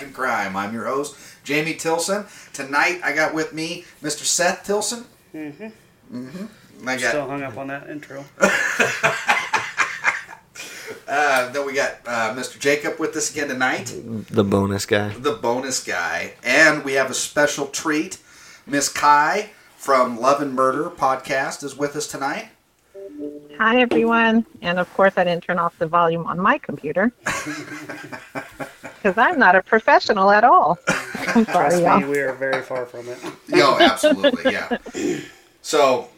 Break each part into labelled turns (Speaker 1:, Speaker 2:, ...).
Speaker 1: I'm your host, Jamie Tilson. Tonight I got with me Mr. Seth Tilson.
Speaker 2: Mhm.
Speaker 1: Mhm. And I got
Speaker 2: Still hung up on that intro.
Speaker 1: uh, then we got uh, Mr. Jacob with us again tonight,
Speaker 3: The bonus guy.
Speaker 1: the bonus guy, and we have a special treat. Miss Kai from Love and Murder podcast is with us tonight.
Speaker 4: Hi, everyone. And of course, I didn't turn off the volume on my computer because I'm not a professional at all. I'm
Speaker 2: Trust
Speaker 4: sorry,
Speaker 2: me,
Speaker 4: y'all.
Speaker 2: we are very far from it.
Speaker 1: Yeah, oh, absolutely. Yeah. So,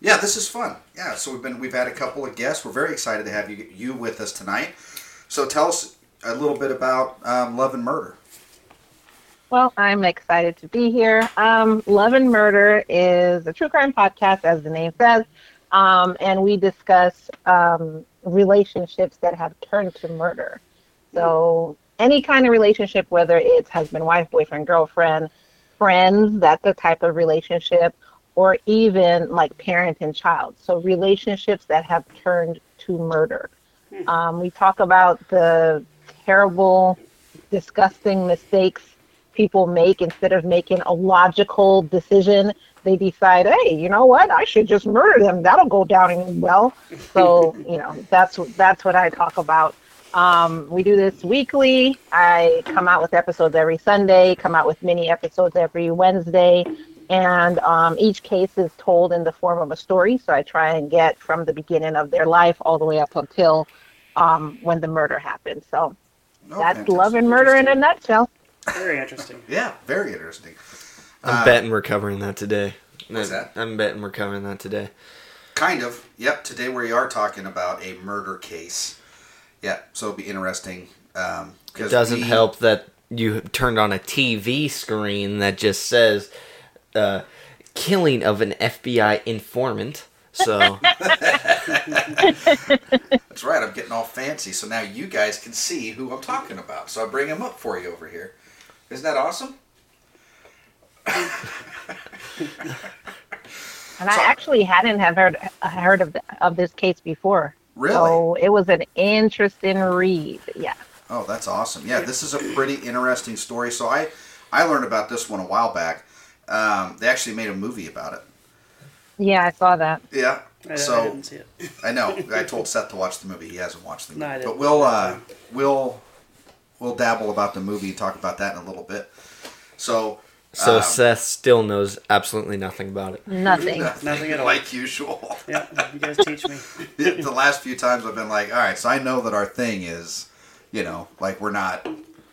Speaker 1: yeah, this is fun. Yeah. So we've been we've had a couple of guests. We're very excited to have you you with us tonight. So tell us a little bit about um, Love and Murder.
Speaker 4: Well, I'm excited to be here. Um, Love and Murder is a true crime podcast, as the name says, um, and we discuss um, relationships that have turned to murder. So, any kind of relationship, whether it's husband, wife, boyfriend, girlfriend, friends, that's a type of relationship, or even like parent and child. So, relationships that have turned to murder. Um, we talk about the terrible, disgusting mistakes people make instead of making a logical decision they decide hey you know what i should just murder them that'll go down well so you know that's what that's what i talk about um, we do this weekly i come out with episodes every sunday come out with mini episodes every wednesday and um, each case is told in the form of a story so i try and get from the beginning of their life all the way up until um, when the murder happened so
Speaker 1: No,
Speaker 4: that's
Speaker 1: Oh, fantastic.
Speaker 4: love and murder in a nutshell
Speaker 2: Very interesting.
Speaker 1: Yeah, very interesting.
Speaker 3: I'm
Speaker 1: Uh,
Speaker 3: betting we're covering that today.
Speaker 1: What's that?
Speaker 3: I'm betting we're covering that today.
Speaker 1: Kind of. Yep. Today we are talking about a murder case. Yeah. So it'll be interesting. Um,
Speaker 3: It doesn't help that you turned on a TV screen that just says uh, killing of an FBI informant. So
Speaker 1: That's right. I'm getting all fancy. So now you guys can see who I'm talking about. So I bring him up for you over here. Isn't that awesome?
Speaker 4: And I
Speaker 1: So-
Speaker 4: actually hadn't have heard heard of of this case before.
Speaker 1: Really?
Speaker 4: So it was an interesting read. Yeah.
Speaker 1: Oh, that's awesome. Yeah, this is a pretty interesting story. So I, I learned about this one a while back. Um, they actually made a movie about it.
Speaker 4: Yeah, I saw that.
Speaker 1: Yeah.
Speaker 2: I, Uh, I
Speaker 1: so
Speaker 2: didn't see it.
Speaker 1: I, know I told Seth to watch the movie. He hasn't watched the movie.
Speaker 2: No, I didn't.
Speaker 1: But we'll uh, we'll we'll dabble about the movie and talk about that in a little bit. So
Speaker 3: so
Speaker 1: um,
Speaker 3: Seth still knows absolutely nothing about it.
Speaker 4: Nothing.
Speaker 2: Nothing at all.
Speaker 1: like usual.
Speaker 2: Yeah, you guys teach me.
Speaker 1: the last few times I've been like, all right, so I know that our thing is, you know, like we're not,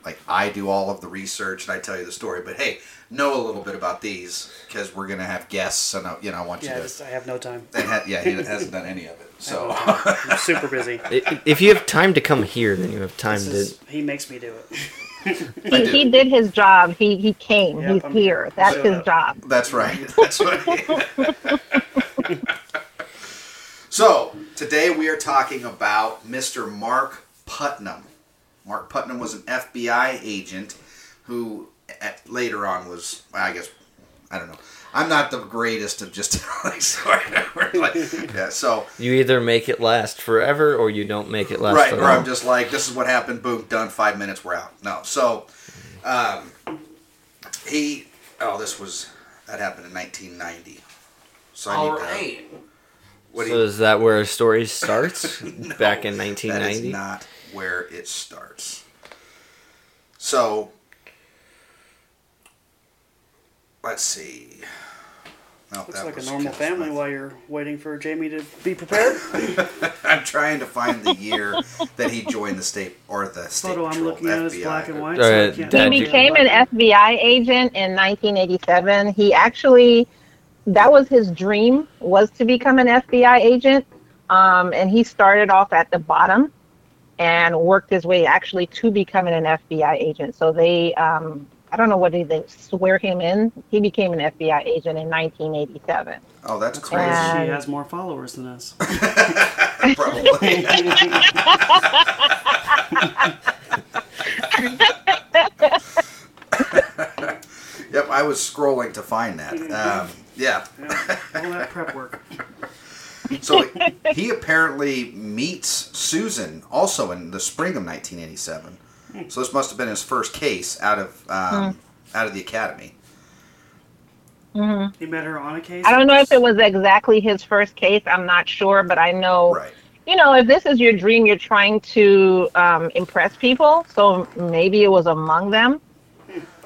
Speaker 1: like I do all of the research and I tell you the story, but hey, know a little bit about these because we're gonna have guests and I, you know I want you
Speaker 2: Yeah, I
Speaker 1: to.
Speaker 2: just I have no time.
Speaker 1: and ha- yeah, he hasn't done any of it, so
Speaker 2: I'm super busy.
Speaker 3: I- If you have time to come here, then you have time
Speaker 2: This
Speaker 3: to.
Speaker 2: is, he makes me do it.
Speaker 4: He, he did his job. He he came.
Speaker 2: Yep,
Speaker 4: He's
Speaker 2: I'm-
Speaker 4: here. That's
Speaker 2: showed
Speaker 4: his
Speaker 2: up.
Speaker 4: job.
Speaker 1: that's right. That's right. so today we are talking about Mr. Mark Putnam. Mark Putnam was an FBI agent who at, later on was, well, I guess, I don't know. I'm not the greatest of just like, sorry, like yeah. So
Speaker 3: You either make it last forever or you don't make it last
Speaker 1: right,
Speaker 3: at
Speaker 1: or
Speaker 3: all.
Speaker 1: I'm just like, this is what happened. Boom, done. Five minutes, we're out. No, so um, he. Oh, this was that happened in 1990. So I need
Speaker 5: All
Speaker 1: to-
Speaker 5: right.
Speaker 1: What do
Speaker 3: so
Speaker 1: you,
Speaker 3: is that where a story starts? back in
Speaker 1: that is
Speaker 3: 1990.
Speaker 1: not where it starts. So let's see. No,
Speaker 2: Looks
Speaker 1: that
Speaker 2: like a
Speaker 1: was
Speaker 2: normal
Speaker 1: Kev's
Speaker 2: family
Speaker 1: method.
Speaker 2: while you're waiting for Jamie to be prepared.
Speaker 1: I'm trying to find the year that he joined the state or the
Speaker 2: The
Speaker 1: state
Speaker 2: photo I'm
Speaker 1: patrol,
Speaker 2: looking at is
Speaker 1: FBI,
Speaker 2: black and white.
Speaker 3: Uh,
Speaker 2: So I can't
Speaker 3: Dad,
Speaker 4: he
Speaker 3: you-
Speaker 4: became an FBI agent in 1987. He actually, that was his dream, was to become an FBI agent. Um, and he started off at the bottom and worked his way actually to becoming an FBI agent. So they, um, I don't know what did they swear him in. He became an FBI agent in 1987.
Speaker 1: Oh, that's
Speaker 2: She
Speaker 1: crazy.
Speaker 4: Yeah.
Speaker 2: has more followers than us.
Speaker 1: Probably. Yep, I was scrolling to find that. Um, yeah,
Speaker 2: Yeah, all that prep work.
Speaker 1: so he apparently meets Susan also in the spring of 1987. So this must have been his first case out of um, out of the academy.
Speaker 4: hmm
Speaker 2: He met her on a case.
Speaker 4: I don't know if it was exactly his first case. I'm not sure, but I know
Speaker 1: Right.
Speaker 4: you know, if this is your dream, you're trying to um, impress people. So maybe it was among them.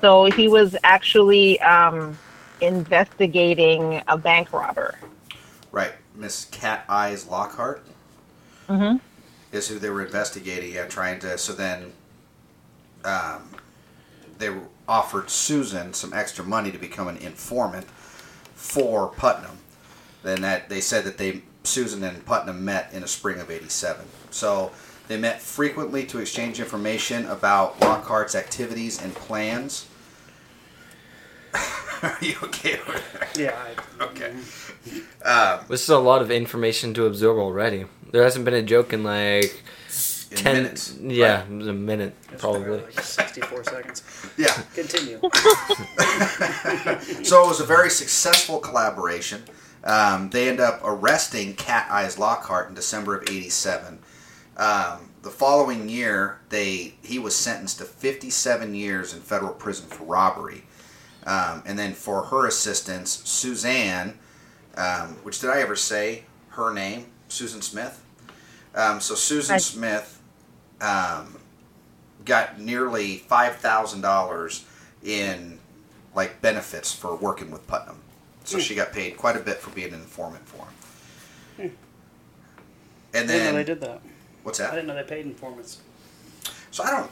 Speaker 4: So he was actually um, investigating a bank robber.
Speaker 1: Right. Miss Cat Eyes Lockhart
Speaker 4: hmm
Speaker 1: is who they were investigating. Yeah, trying to. So then, um, they were- offered Susan some extra money to become an informant for Putnam. Then that they said that they Susan and Putnam met in the spring of '87. So they met frequently to exchange information about Lockhart's activities and plans. Are you okay? over there?
Speaker 2: Yeah. I,
Speaker 1: Okay.
Speaker 3: This is a lot of information to absorb already. There hasn't been a joke in like
Speaker 1: In
Speaker 3: ten
Speaker 1: minutes.
Speaker 3: Yeah, it was a minute
Speaker 2: it's
Speaker 3: probably.
Speaker 2: Like 64 seconds.
Speaker 1: Yeah.
Speaker 2: Continue.
Speaker 1: So it was a very successful collaboration. Um, they end up arresting Cat Eyes Lockhart in December of '87. Um, the following year, they he was sentenced to 57 years in federal prison for robbery, um, and then for her assistance, Suzanne, um, which did I ever say her name? Susan Smith. Um, so Susan
Speaker 4: I-
Speaker 1: Smith um, got nearly five thousand dollars in like benefits for working with Putnam. So
Speaker 2: Hmm.
Speaker 1: she got paid quite a bit for being an informant for him. And
Speaker 2: I didn't know
Speaker 1: then
Speaker 2: they did that.
Speaker 1: what's
Speaker 2: I
Speaker 1: that?
Speaker 2: didn't know they paid informants.
Speaker 1: So I don't.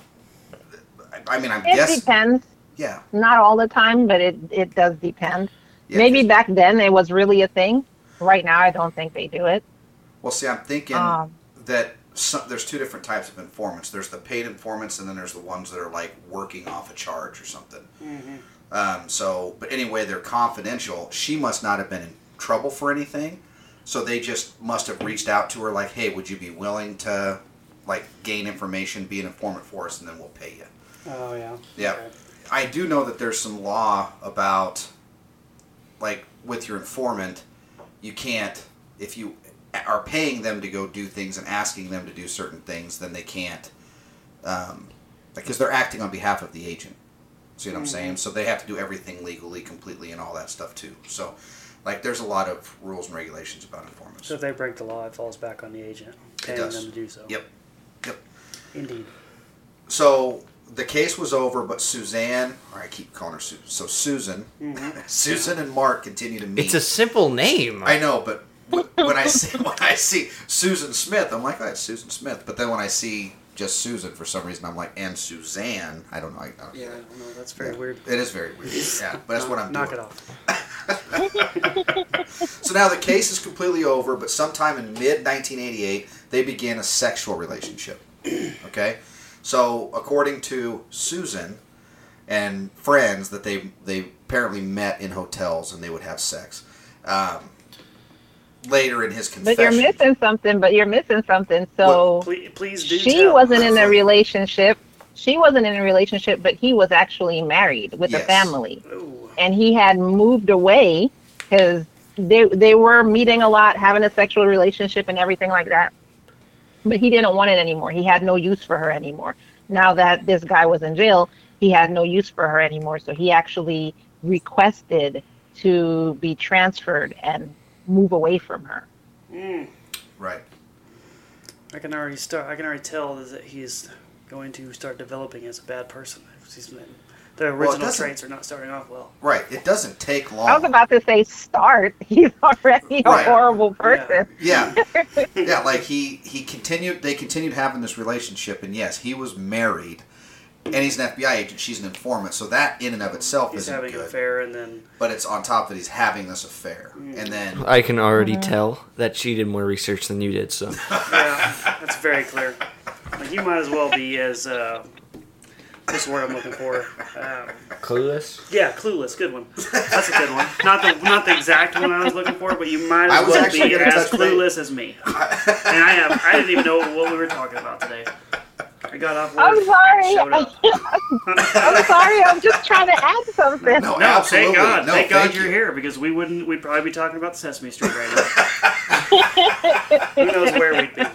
Speaker 1: I- I mean, I'm
Speaker 4: It
Speaker 1: guessing.
Speaker 4: depends.
Speaker 1: Yeah,
Speaker 4: Not all the time, but it, it does depend.
Speaker 1: yeah.
Speaker 4: Maybe back then it was really a thing. Right now, I don't think they do it.
Speaker 1: Well, see, I'm thinking
Speaker 4: Um,
Speaker 1: that some, there's two different types of informants. There's the paid informants, and then there's the ones that are like working off a charge or something.
Speaker 2: Mhm.
Speaker 1: Um, so, but anyway, they're confidential. She must not have been in trouble for anything, so they just must have reached out to her like, "Hey, would you be willing to like gain information, be an informant for us, and then we'll pay you."
Speaker 2: Oh yeah.
Speaker 1: Yeah.
Speaker 2: Okay.
Speaker 1: I do know that there's some law about, like, with your informant, you can't, if you are paying them to go do things and asking them to do certain things, then they can't, um, because they're acting on behalf of the agent. See what I'm saying? So they have to do everything legally, completely, and all that stuff too. So, like, there's a lot of rules and regulations about informants.
Speaker 2: So if they break the law, it falls back on the agent paying
Speaker 1: does.
Speaker 2: them to do so.
Speaker 1: Yep. Yep.
Speaker 2: Indeed.
Speaker 1: So the case was over, but Suzanne, or I keep calling her Susan. So Susan, Susan and Mark continue to meet.
Speaker 3: It's a simple name.
Speaker 1: I know, but wh- when I see when I see Susan Smith, I'm like, oh, it's Susan Smith. But then when I see just Susan, for some reason, I'm like, and Suzanne. I don't know. I, I don't
Speaker 2: Yeah. No, that's very
Speaker 1: Yeah.
Speaker 2: weird.
Speaker 1: It is very weird. Yeah, but that's what I'm
Speaker 2: Knock
Speaker 1: doing.
Speaker 2: it off.
Speaker 1: So now the case is completely over, but sometime in mid 1988, they began a sexual relationship. Okay? So, according to Susan and friends, that they, they apparently met in hotels and they would have sex. Um, later in his confession.
Speaker 4: but you're missing something, but you're missing something. So.
Speaker 2: Please, please do.
Speaker 4: she
Speaker 2: tell.
Speaker 4: wasn't in a relationship. She wasn't in a relationship, but he was actually married with
Speaker 1: Yes.
Speaker 4: a family,
Speaker 2: Ooh.
Speaker 4: and he had moved away because they they were meeting a lot, having a sexual relationship, and everything like that. But he didn't want it anymore. He had no use for her anymore. Now that this guy was in jail, he had no use for her anymore. So he actually requested to be transferred and move away from her.
Speaker 2: Mm.
Speaker 1: Right.
Speaker 2: I can already start. I can already tell that he's going to start developing as a bad person. He's, the original
Speaker 1: doesn't-
Speaker 2: traits are not starting off well.
Speaker 1: Right. It doesn't take long.
Speaker 4: I was about to say start. He's already a
Speaker 1: Oh. Right.
Speaker 4: horrible person.
Speaker 1: Yeah. yeah, like he he continued they continued having this relationship and yes, he was married and he's an FBI agent, she's an informant, so that in and of itself
Speaker 2: He's
Speaker 1: isn't
Speaker 2: having an
Speaker 1: good.
Speaker 2: affair, Mm. and then
Speaker 1: But it's on top that he's having this affair. And then
Speaker 3: I can already tell that she did more research than you did, so
Speaker 2: yeah, that's very clear. Like you might as well be as uh, what's the word I'm looking for? Um,
Speaker 3: clueless.
Speaker 2: yeah, clueless. Good one. That's a good one. Not the not the exact one I was looking for, but you might
Speaker 1: I
Speaker 2: as
Speaker 1: was
Speaker 2: well
Speaker 1: actually
Speaker 2: be
Speaker 1: gonna
Speaker 2: as
Speaker 1: touch base.
Speaker 2: clueless as me. And I have I didn't even know what we were talking about today. I got off work.
Speaker 4: I'm sorry.
Speaker 2: Showed up.
Speaker 4: I'm sorry. I'm just trying to add something.
Speaker 1: No,
Speaker 2: No,
Speaker 1: Oh, absolutely.
Speaker 2: thank God.
Speaker 1: No,
Speaker 2: thank God
Speaker 1: thank
Speaker 2: you're
Speaker 1: you.
Speaker 2: here because we wouldn't. We'd probably be talking about Sesame Street right now. Who knows where we'd be?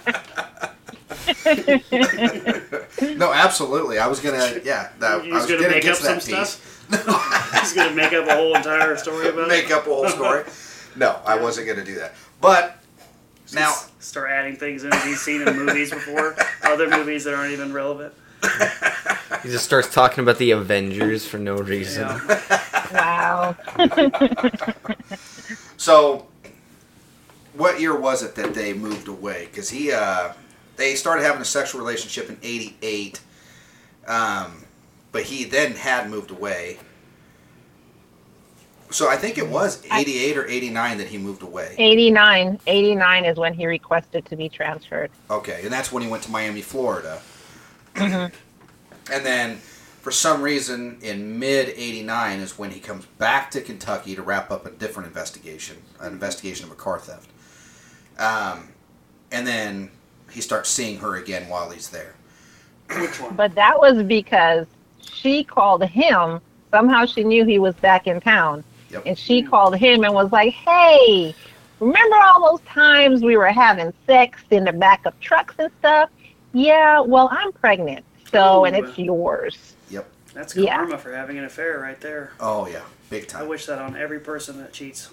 Speaker 1: No, absolutely. I was gonna. Yeah, that,
Speaker 2: You
Speaker 1: I
Speaker 2: was
Speaker 1: was
Speaker 2: gonna
Speaker 1: gonna
Speaker 2: make
Speaker 1: get
Speaker 2: up
Speaker 1: to that
Speaker 2: some
Speaker 1: piece.
Speaker 2: He's gonna make up a whole entire story about it.
Speaker 1: make up a whole story. No, I wasn't gonna do that. But now,
Speaker 2: Just start adding things in that he's seen in movies before, other movies that aren't even relevant.
Speaker 3: He just starts talking about the Avengers for no reason.
Speaker 2: Yeah.
Speaker 4: Wow.
Speaker 1: so what year was it that they moved away? Because he, uh, they started having a sexual relationship in '88, um, but he then had moved away. So I think it was '88 or '89 that he moved away.
Speaker 4: 89. 89 is when he requested to be transferred.
Speaker 1: Okay, and that's when he went to Miami, Florida. And then, for some reason, in mid '89 is when he comes back to Kentucky to wrap up a different investigation, an investigation of a car theft. Um, and then he starts seeing her again while he's there.
Speaker 2: Which one?
Speaker 4: But that was because she called him. Somehow she knew he was back in town.
Speaker 1: Yep.
Speaker 4: And she called him and was like, hey, remember all those times we were having sex in the back of trucks and stuff? Yeah, well, I'm pregnant. So, and
Speaker 2: Ooh.
Speaker 4: it's yours.
Speaker 1: Yep.
Speaker 2: That's
Speaker 4: Yeah.
Speaker 2: karma for having an affair right there.
Speaker 1: Oh yeah, big
Speaker 2: I
Speaker 1: time.
Speaker 2: wish that on every person that cheats.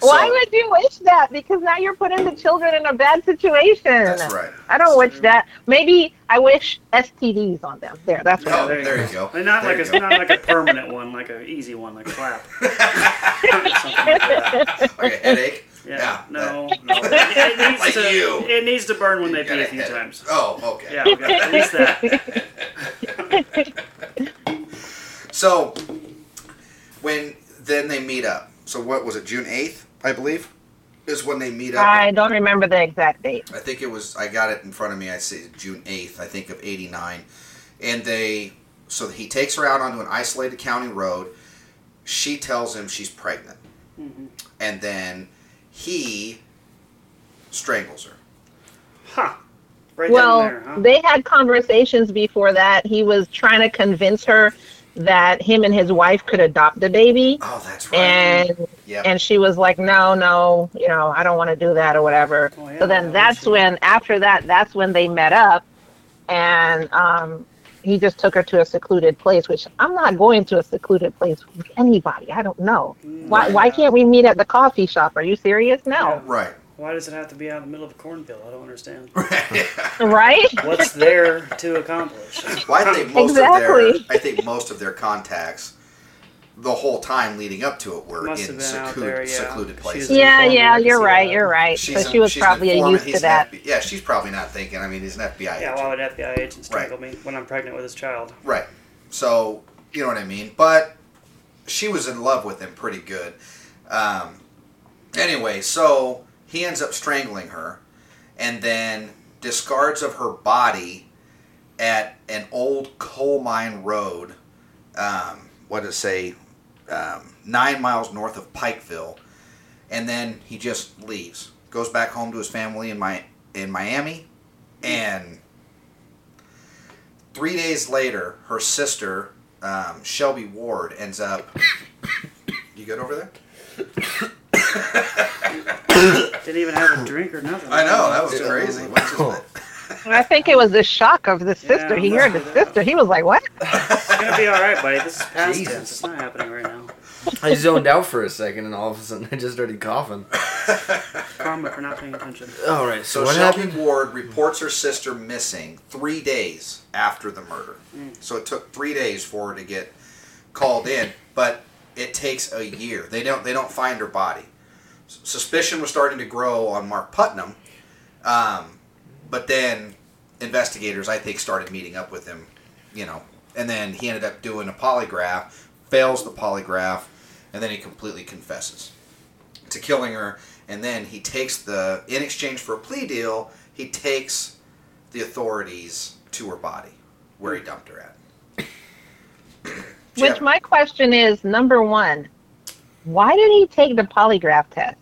Speaker 4: Why would you wish that? Because now you're putting the children in a bad situation.
Speaker 1: That's right.
Speaker 4: I don't wish
Speaker 2: True.
Speaker 4: that. Maybe I wish STDs on them. There, that's what
Speaker 1: Oh,
Speaker 4: I
Speaker 2: Yeah,
Speaker 4: wish.
Speaker 1: there, you go.
Speaker 2: And not
Speaker 1: There
Speaker 2: like a
Speaker 1: you go.
Speaker 2: not like a permanent one, like a easy one, like a clap. Something like that.
Speaker 1: like a headache.
Speaker 2: Yeah.
Speaker 1: Yeah,
Speaker 2: no. no. It, it needs
Speaker 1: Like
Speaker 2: to.
Speaker 1: you.
Speaker 2: It needs to burn when they
Speaker 1: You got
Speaker 2: pee a few
Speaker 1: headache.
Speaker 2: times.
Speaker 1: Oh, okay.
Speaker 2: Yeah. Okay. At least that.
Speaker 1: So when then they meet up. So what was it? June eighth, I believe, is when they meet up.
Speaker 4: I don't remember the exact date.
Speaker 1: I think it was. I got it in front of me. I say June eighth. I think of eighty nine, and they. So he takes her out onto an isolated county road. She tells him she's pregnant,
Speaker 4: Mm-hmm.
Speaker 2: Mhm.
Speaker 1: and then he strangles her.
Speaker 2: Huh. Right
Speaker 4: well,
Speaker 2: then and there, huh?
Speaker 4: they had conversations before that. He was trying to convince her that him and his wife could adopt the baby,
Speaker 1: Oh, that's right.
Speaker 4: and
Speaker 1: yep.
Speaker 4: and she was like, "No, no, you know, I don't want to do that or whatever."
Speaker 2: Oh, yeah,
Speaker 4: so
Speaker 2: that
Speaker 4: then that's
Speaker 2: was-
Speaker 4: when, after that, that's when they met up, and um, he just took her to a secluded place. Which I'm not going to a secluded place with anybody. I don't know. Why, why can't we meet at the coffee shop? Are you serious? No.
Speaker 1: right.
Speaker 2: Why does it have to be out in the middle of a cornfield? I don't understand.
Speaker 4: Right?
Speaker 2: What's there to accomplish?
Speaker 1: Well, I think most of
Speaker 4: Exactly.
Speaker 1: their I think most of their contacts the whole time leading up to it were
Speaker 2: Must have
Speaker 1: in
Speaker 2: been out
Speaker 1: secluded,
Speaker 2: there, yeah.
Speaker 1: secluded
Speaker 2: She's-
Speaker 1: places.
Speaker 4: Yeah,
Speaker 2: informant, I
Speaker 4: yeah,
Speaker 2: can
Speaker 4: you're
Speaker 2: see
Speaker 4: right,
Speaker 2: that.
Speaker 4: you're right.
Speaker 1: She's
Speaker 4: so
Speaker 1: an-
Speaker 4: she was
Speaker 1: she's an
Speaker 4: probably
Speaker 1: informant,
Speaker 4: used
Speaker 1: he's
Speaker 4: to
Speaker 1: an
Speaker 4: that.
Speaker 1: FBI yeah, she's probably not thinking. I mean, he's an FBI
Speaker 2: Yeah,
Speaker 1: agent.
Speaker 2: why would FBI agent strangle me when I'm pregnant with his child?
Speaker 1: Right. So, you know what I mean? But she was in love with him pretty good. Um, anyway, so he ends up strangling her and then discards of her body at an old coal mine road. Um, what does it say? Um, nine miles north of Pikeville. And then he just leaves. Goes back home to his family in, my, in Miami. And three days later, her sister, um, Shelby Ward, ends up. You good over there?
Speaker 2: Didn't even have a drink or nothing.
Speaker 1: I know that was crazy. What's
Speaker 3: Oh.
Speaker 1: his name?
Speaker 4: I think it was the shock of the
Speaker 2: Yeah,
Speaker 4: sister. he
Speaker 2: must
Speaker 4: heard
Speaker 2: be
Speaker 4: the
Speaker 2: that.
Speaker 4: sister. He was like, "What?"
Speaker 2: It's gonna be all right, buddy. This is past
Speaker 1: Jesus.
Speaker 2: tense. It's not happening right now.
Speaker 3: I zoned out for a second, and all of a sudden I just started coughing.
Speaker 2: Karma for not paying attention.
Speaker 3: All right, so,
Speaker 1: So
Speaker 3: what
Speaker 1: Shelby
Speaker 3: happened?
Speaker 1: Ward reports her sister missing three days after the murder. So it took three days for her to get called in, but it takes a year. They don't they don't find her body. S- Suspicion was starting to grow on Mark Putnam, um, but then investigators I think started meeting up with him, you know, and then he ended up doing a polygraph, fails the polygraph, and then he completely confesses to killing her, and then he takes the in exchange for a plea deal, he takes the authorities to her body where he
Speaker 2: Hmm.
Speaker 1: dumped her at.
Speaker 4: Which my question is number one: Why did he take the polygraph test?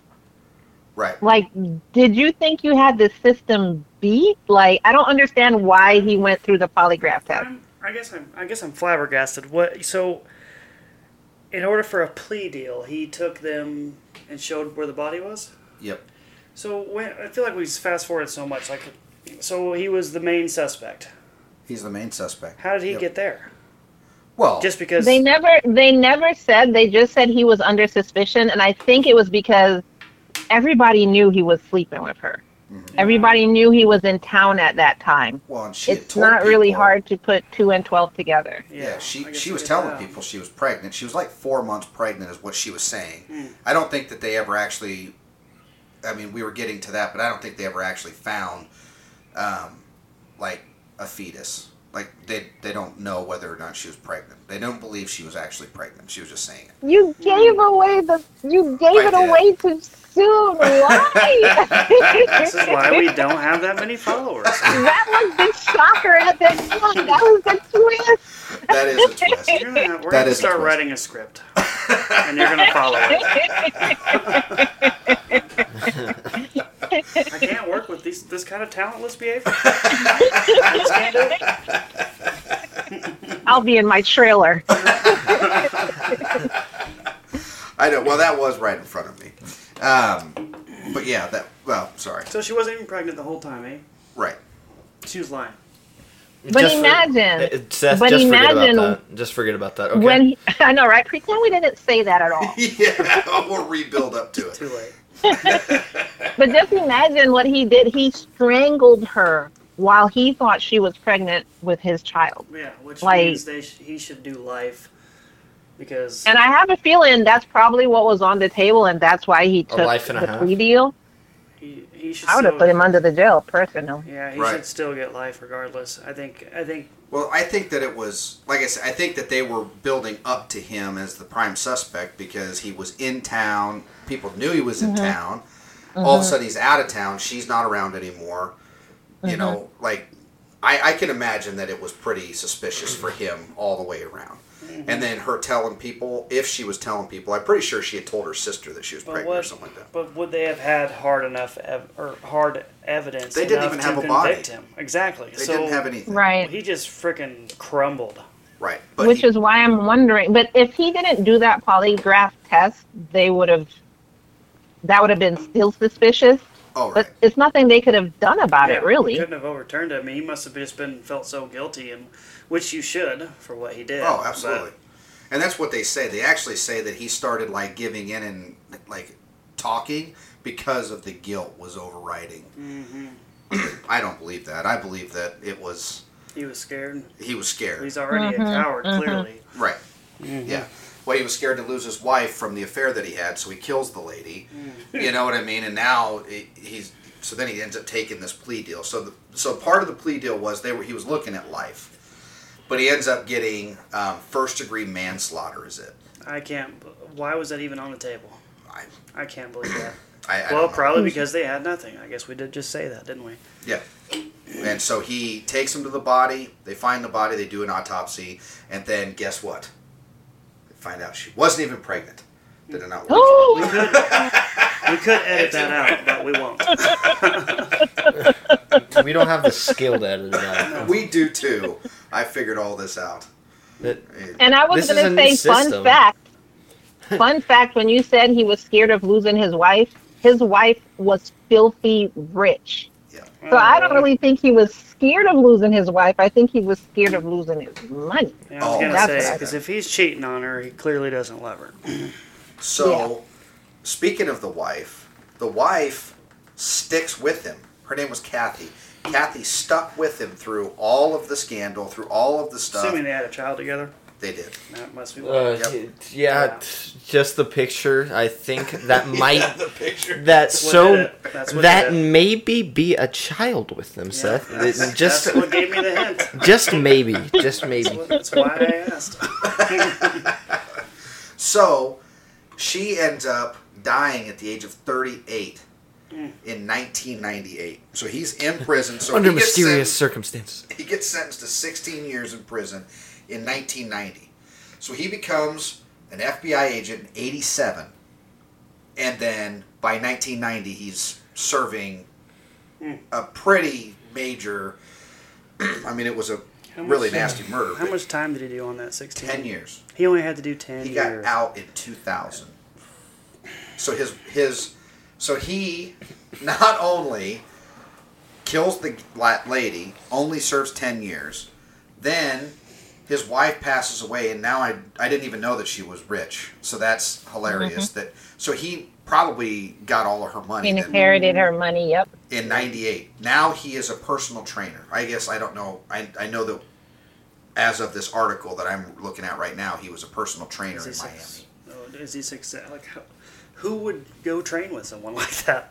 Speaker 1: right.
Speaker 4: Like, did you think you had the system beat? Like, I don't understand why he went through the polygraph test.
Speaker 2: I'm, I guess I'm. I guess I'm flabbergasted. What? So, in order for a plea deal, he took them and showed where the body was.
Speaker 1: Yep.
Speaker 2: So when, I feel like we fast forward so much. Like, so he was the main suspect.
Speaker 1: He's the main suspect.
Speaker 2: How did he
Speaker 1: Yep.
Speaker 2: get there?
Speaker 1: Well,
Speaker 2: Just because
Speaker 4: They never they never said they just said he was under suspicion and I think it was because everybody knew he was sleeping with her. Everybody knew he was in town at that time.
Speaker 1: well, and she had
Speaker 4: it's
Speaker 1: told
Speaker 4: not really
Speaker 1: people-
Speaker 4: hard to put 2 and 12 together.
Speaker 1: Yeah,
Speaker 2: I
Speaker 1: she
Speaker 2: guess
Speaker 1: she
Speaker 2: I
Speaker 1: was
Speaker 2: get
Speaker 1: telling
Speaker 2: that.
Speaker 1: people she was pregnant. She was like four months pregnant, is what she was saying.
Speaker 2: Hmm.
Speaker 1: I don't think that they ever actually. I mean, we were getting to that, but I don't think they ever actually found, um, like a fetus. Like they they don't know whether or not she was pregnant. They don't believe she was actually pregnant. She was just saying it.
Speaker 4: You
Speaker 3: Hmm.
Speaker 4: gave away the you gave
Speaker 1: I
Speaker 4: it
Speaker 1: did.
Speaker 4: away too soon. Why?
Speaker 2: This is why we don't have that many followers.
Speaker 4: that was the shocker at the time. That was the twist.
Speaker 1: That is a twist.
Speaker 2: You're gonna have, we're
Speaker 1: That
Speaker 2: gonna
Speaker 1: is a
Speaker 2: start
Speaker 1: twist.
Speaker 2: writing a script, and you're gonna follow it. I can't work with these this kind of talentless behavior. I just can't do it.
Speaker 4: I'll be in my trailer.
Speaker 1: I know. Well, that was right in front of me. Um, but yeah, that. Well, sorry.
Speaker 2: So she wasn't even pregnant the whole time, eh?
Speaker 1: Right.
Speaker 2: She was lying.
Speaker 4: But
Speaker 3: Just for-
Speaker 4: imagine-
Speaker 3: Uh, Seth,
Speaker 4: but
Speaker 3: just forget
Speaker 4: imagine-
Speaker 3: about that. Just forget about that. Okay.
Speaker 4: When he, I know, right? Pretend we didn't say that at all.
Speaker 1: yeah, we'll rebuild up to it.
Speaker 2: Too late.
Speaker 4: But just imagine what he did. He strangled her while he thought she was pregnant with his child.
Speaker 2: Yeah, which
Speaker 4: Like-
Speaker 2: means they sh- he should do life because
Speaker 4: And I have a feeling that's probably what was on the table, and that's why he took
Speaker 3: life and a
Speaker 4: the
Speaker 3: half.
Speaker 4: plea deal.
Speaker 2: he, he should.
Speaker 4: I would
Speaker 2: still,
Speaker 4: have put him under the jail, personally.
Speaker 2: Yeah, he
Speaker 1: Right.
Speaker 2: should still get life regardless. I think. I think.
Speaker 1: Well, I think that it was like I said. I think that they were building up to him as the prime suspect because he was in town. People knew he was in
Speaker 4: Mm-hmm.
Speaker 1: town. All of a sudden, he's out of town. She's not around anymore. You know,
Speaker 4: Mm-hmm.
Speaker 1: like I, I can imagine that it was pretty suspicious for him all the way around.
Speaker 4: Mm-hmm.
Speaker 1: And then her telling people, if she was telling people, I'm pretty sure she had told her sister that she was
Speaker 2: But
Speaker 1: pregnant or
Speaker 2: what?
Speaker 1: something like that.
Speaker 2: But would they have had hard enough ev- or hard evidence?
Speaker 1: They didn't
Speaker 2: enough
Speaker 1: even
Speaker 2: to
Speaker 1: have a
Speaker 2: convict
Speaker 1: body.
Speaker 2: him. Exactly.
Speaker 1: They
Speaker 2: so
Speaker 1: didn't have anything,
Speaker 4: Right.
Speaker 2: He just freaking crumbled.
Speaker 1: Right, but
Speaker 4: Which
Speaker 1: he-
Speaker 4: is why I'm wondering. But if he didn't do that polygraph test, they would have. That would have been still suspicious.
Speaker 1: oh right.
Speaker 4: But it's nothing they could have done about it,
Speaker 2: Yeah,
Speaker 4: really.
Speaker 2: Couldn't have overturned him. I mean, he must have just been felt so guilty, and which you should for what he did.
Speaker 1: Oh, absolutely. and that's what they say. They actually say that he started like giving in and like talking because of the guilt was overriding.
Speaker 2: hmm
Speaker 1: I don't believe that. I believe that it was
Speaker 2: He was scared.
Speaker 1: he was scared.
Speaker 2: He's already a
Speaker 4: Mm-hmm,
Speaker 2: coward, clearly.
Speaker 1: right. Yeah. Well, he was scared to lose his wife from the affair that he had, so he kills the lady. You know what I mean? And now it, he's so then he ends up taking this plea deal. So the so part of the plea deal was they were he was looking at life, but he ends up getting um, first degree manslaughter. Is it?
Speaker 2: I can't. b- Why was that even on the table?
Speaker 1: I,
Speaker 2: I can't believe that.
Speaker 1: I, I don't
Speaker 2: well,
Speaker 1: know.
Speaker 2: probably because they had nothing. I guess we did just say that, didn't we?
Speaker 1: Yeah. And so he takes him to the body. They find the body. They do an autopsy, and then guess what? They find out she wasn't even pregnant. Did it not work?
Speaker 2: We
Speaker 4: Ooh!
Speaker 2: could. we could edit that out, but we won't.
Speaker 3: we don't have the skill to edit it out.
Speaker 1: we do too. I figured all this out.
Speaker 3: That-
Speaker 1: It-
Speaker 4: And I was
Speaker 3: This is a
Speaker 4: going to
Speaker 3: new
Speaker 4: say,
Speaker 3: system.
Speaker 4: fun fact. Fun fact when you said he was scared of losing his wife, his wife was filthy rich.
Speaker 1: yeah.
Speaker 4: So I don't really think he was scared of losing his wife. I think he was scared of losing his money.
Speaker 2: Yeah, I was
Speaker 1: Oh,
Speaker 2: gonna
Speaker 4: that's
Speaker 2: say
Speaker 4: better.
Speaker 2: because if he's cheating on her, he clearly doesn't love her.
Speaker 1: Uh, So, speaking of the wife, the wife sticks with him. Her name was Kathy. Kathy stuck with him through all of the scandal, through all of the stuff.
Speaker 2: Assuming they had a child together,
Speaker 1: they did.
Speaker 2: that must be. why.
Speaker 3: Uh,
Speaker 1: Yep.
Speaker 3: y- yeah, t- just the picture. I think that might
Speaker 1: the picture.
Speaker 3: that
Speaker 2: what did
Speaker 3: so
Speaker 2: it. That's what
Speaker 3: that
Speaker 2: did it.
Speaker 3: maybe be a child with them,
Speaker 2: Yeah,
Speaker 3: Seth.
Speaker 2: that's-
Speaker 3: It- just
Speaker 2: that's what gave me the hint.
Speaker 3: just maybe, just maybe.
Speaker 2: That's why I asked.
Speaker 1: So she ends up dying at the age of 38
Speaker 2: Mm.
Speaker 1: in 1998. So he's in prison. So
Speaker 3: Under
Speaker 1: he gets
Speaker 3: mysterious
Speaker 1: sentenced-
Speaker 3: circumstances.
Speaker 1: he gets sentenced to 16 years in prison in 1990. So he becomes an FBI agent in 87. And then by 1990, he's serving
Speaker 2: Mm.
Speaker 1: a pretty major. I mean, it was a
Speaker 2: How much-
Speaker 1: really nasty murder.
Speaker 2: How
Speaker 1: but
Speaker 2: much time did he do on that? Sixteen.
Speaker 1: 10 years.
Speaker 2: He only had to do ten
Speaker 1: He got
Speaker 2: years.
Speaker 1: out in 2000. So his his so he not only kills the la- lady, only serves 10 years, then his wife passes away, and now I, I didn't even know that she was rich. So that's hilarious.
Speaker 2: Mm-hmm.
Speaker 1: That So he probably got all of her money. then
Speaker 4: Inherited her money. Yep.
Speaker 1: in 98. Now he is a personal trainer. I guess I don't know. I, I know that as of this article that I'm looking at right now, he was a personal trainer
Speaker 2: Is he
Speaker 1: in Miami.
Speaker 2: six? Oh, is he six? Like, how- who would go train with someone like that?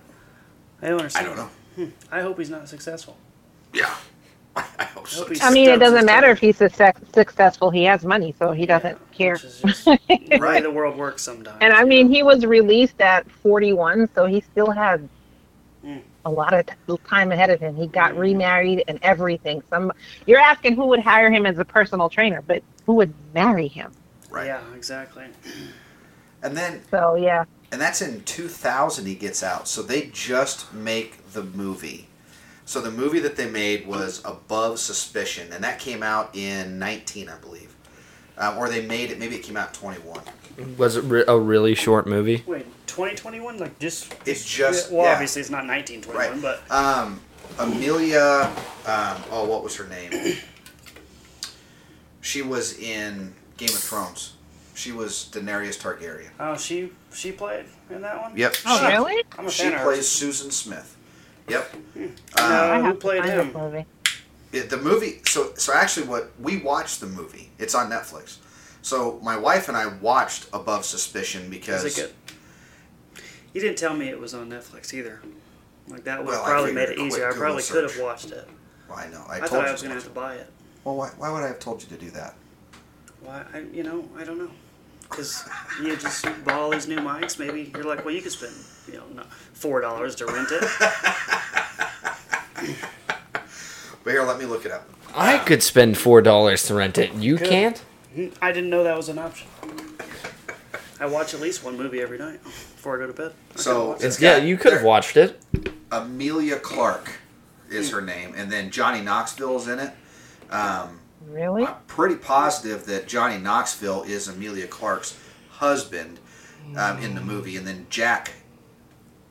Speaker 2: I don't
Speaker 1: I
Speaker 2: understand.
Speaker 1: don't know.
Speaker 2: I hope he's not successful.
Speaker 1: Yeah. I, I hope so.
Speaker 2: hope he's-
Speaker 1: too.
Speaker 4: I mean, it
Speaker 2: Stubbs is
Speaker 4: doesn't matter
Speaker 2: dead.
Speaker 4: if he's success- successful. He has money, so he doesn't
Speaker 2: Yeah,
Speaker 4: care.
Speaker 2: Which is just the way
Speaker 1: Right.
Speaker 2: the world works sometimes.
Speaker 4: And I mean, he was released at 41, so he still had
Speaker 2: Mm.
Speaker 4: a lot of t- time ahead of him. He
Speaker 2: Hmm.
Speaker 4: got remarried and everything. Some you're asking who would hire him as a personal trainer, but who would marry him?
Speaker 1: Right.
Speaker 2: Yeah, exactly.
Speaker 1: And then,
Speaker 4: So yeah,
Speaker 1: and that's in 2000 he gets out. So they just make the movie. So the movie that they made was Above Suspicion, and that came out in 19, I believe. Um, or they made it, maybe it came out in 21.
Speaker 3: Was it re- a really short movie?
Speaker 2: Wait, 2021? Like just?
Speaker 1: It's just-
Speaker 2: Well,
Speaker 1: yeah.
Speaker 2: obviously it's not 1921,
Speaker 1: Right.
Speaker 2: but
Speaker 1: Um, Amelia, um, oh, what was her name? She was in Game of Thrones. She was Daenerys Targaryen.
Speaker 2: oh, she she played in that one.
Speaker 1: Yep.
Speaker 4: oh
Speaker 1: she,
Speaker 4: really?
Speaker 2: I'm a
Speaker 1: She
Speaker 2: fan of
Speaker 1: plays Susan Smith. Yep.
Speaker 2: No.
Speaker 1: Um,
Speaker 2: Uh,
Speaker 4: I
Speaker 2: who
Speaker 4: have to
Speaker 2: played
Speaker 4: find
Speaker 2: him?
Speaker 4: this movie.
Speaker 1: it- the movie. So, so actually, what we watched the movie. It's on Netflix. So my wife and I watched Above Suspicion
Speaker 2: Her.
Speaker 1: because
Speaker 2: Is it good? You didn't tell me it was on Netflix either. Like that would
Speaker 1: Well, I
Speaker 2: probably made
Speaker 1: figured a quick
Speaker 2: it easier. I
Speaker 1: Google
Speaker 2: probably could have
Speaker 1: search.
Speaker 2: watched it.
Speaker 1: Well, I know. I,
Speaker 2: I,
Speaker 1: told
Speaker 2: thought
Speaker 1: you.
Speaker 2: I was gonna have to buy it.
Speaker 1: well, why, why would I have told you to do that?
Speaker 2: Why? I, you know, I don't know. Because you just buy all these new mics. Maybe you're like, well, you could spend, you know, not four dollars to rent it.
Speaker 1: But here, let me look it up.
Speaker 3: I could spend four dollars to rent it. You
Speaker 2: Good.
Speaker 3: can't.
Speaker 2: I didn't know that was an option. I watch at least one movie every night before I go to bed. I gotta
Speaker 1: So
Speaker 2: watch
Speaker 1: it's
Speaker 3: Yeah,
Speaker 1: got-
Speaker 3: you could have watched it.
Speaker 1: Amelia Clark is her name, and then Johnny Knoxville's in it. Um,
Speaker 4: Really?
Speaker 1: I'm pretty positive that Johnny Knoxville is Amelia Clark's husband um, in the movie, and then Jack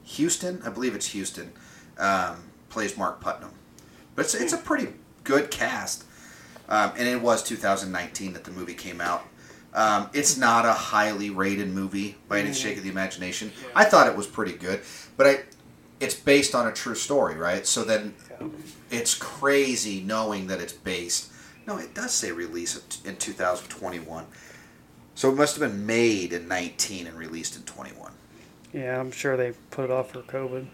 Speaker 1: Houston, I believe it's Houston, um, plays Mark Putnam. But it's, it's a pretty good cast, um, and it was 2019 that the movie came out. Um, it's not a highly rated movie by any shake of the imagination. I thought it was pretty good, but I, it's based on a true story, right? So then it's crazy knowing that it's based. No, it does say release of t- in 2021. So it must have been made in 19 and released in 21.
Speaker 2: Yeah, I'm sure they put it off for COVID.